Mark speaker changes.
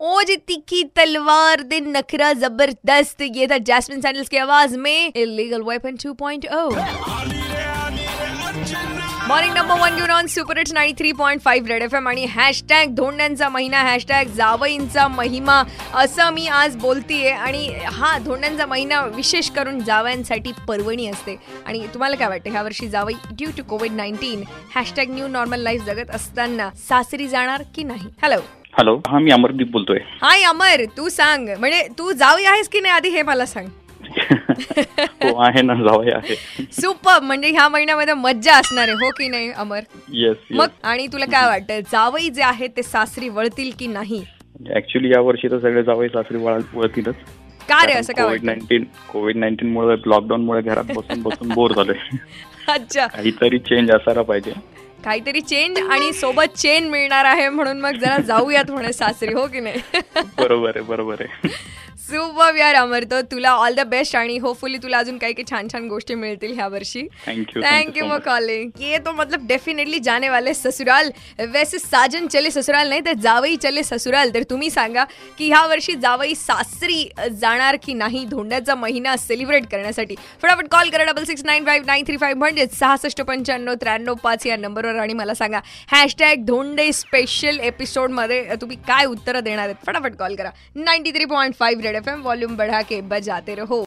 Speaker 1: ओ जी तीखी तलवार दे नखरा जबरदस्त ये था जैस्मिन सैंडल्स की आवाज में illegal weapon 2.0 morning number one घेऊन on super it's nine three point five red F M आणि हॅशटॅग धोंड्यांचा महिना हॅशटॅग जावईंचा महिमा असं मी आज बोलतीये आणि हा धोंड्यांचा महिना विशेष करून जावयांसाठी पर्वणी असते आणि तुम्हाला काय वाटतं ह्या वर्षी जावई due to covid nineteen hashtag new normal life जगत असताना सासरी जाणार की नाही हॅलो
Speaker 2: हॅलो हा मी अमरदीप बोलतोय
Speaker 1: हाय अमर तू सांग म्हणजे तू जावई आहेस की नाही आधी हे मला सांग
Speaker 2: हो आहे ना जावई आहे
Speaker 1: सुपर म्हणजे ह्या महिन्यामध्ये मज्जा असणार आहे हो की नाही अमर
Speaker 2: येस
Speaker 1: मग आणि तुला काय वाटतं जावई जे आहेत ते सासरी वळतील की नाही
Speaker 2: ऍक्च्युली या वर्षी तर सगळे जावई सासरी वळ- वळतीलच
Speaker 1: का रे असं काय
Speaker 2: कोविड
Speaker 1: वाटतं
Speaker 2: नाईन्टीन कोविड नाईन्टीन मुळे लॉकडाऊन मुळे घरात बसून बसून बोर झालोय
Speaker 1: अच्छा
Speaker 2: काहीतरी चेंज असायला पाहिजे
Speaker 1: काहीतरी चेंज आणि सोबत चेन मिळणार आहे म्हणून मग जरा जाऊयात म्हणे सासरी हो की नाही
Speaker 2: बरोबर आहे बरोबर आहे
Speaker 1: सुपर यार अमर तो तुला ऑल द बेस्ट आणि होपफुली तुला अजून काही काही छान छान गोष्टी मिळतील ह्या वर्षी
Speaker 2: thank you
Speaker 1: thank you for calling ये तो मतलब डेफिनेटली जाने वाले ससुराल वैसे साजन चले ससुराल नाही तर जावई चले ससुराल तर तुम्ही सांगा की ह्या वर्षी जावई सासरी अ, जाणार की नाही धोंड्याचा महिना सेलिब्रेट करण्यासाठी फटाफट कॉल करा double six nine five nine three five म्हणजेच सहासष्ट पंच्याण्णव त्र्याण्णव पाच या नंबरवर आणि मला सांगा हॅशटॅग धोंडे स्पेशल एपिसोडमध्ये तुम्ही काय उत्तरं देणार आहेत फटाफट कॉल करा ninety three point five red F M volume बढा के बजाते रहो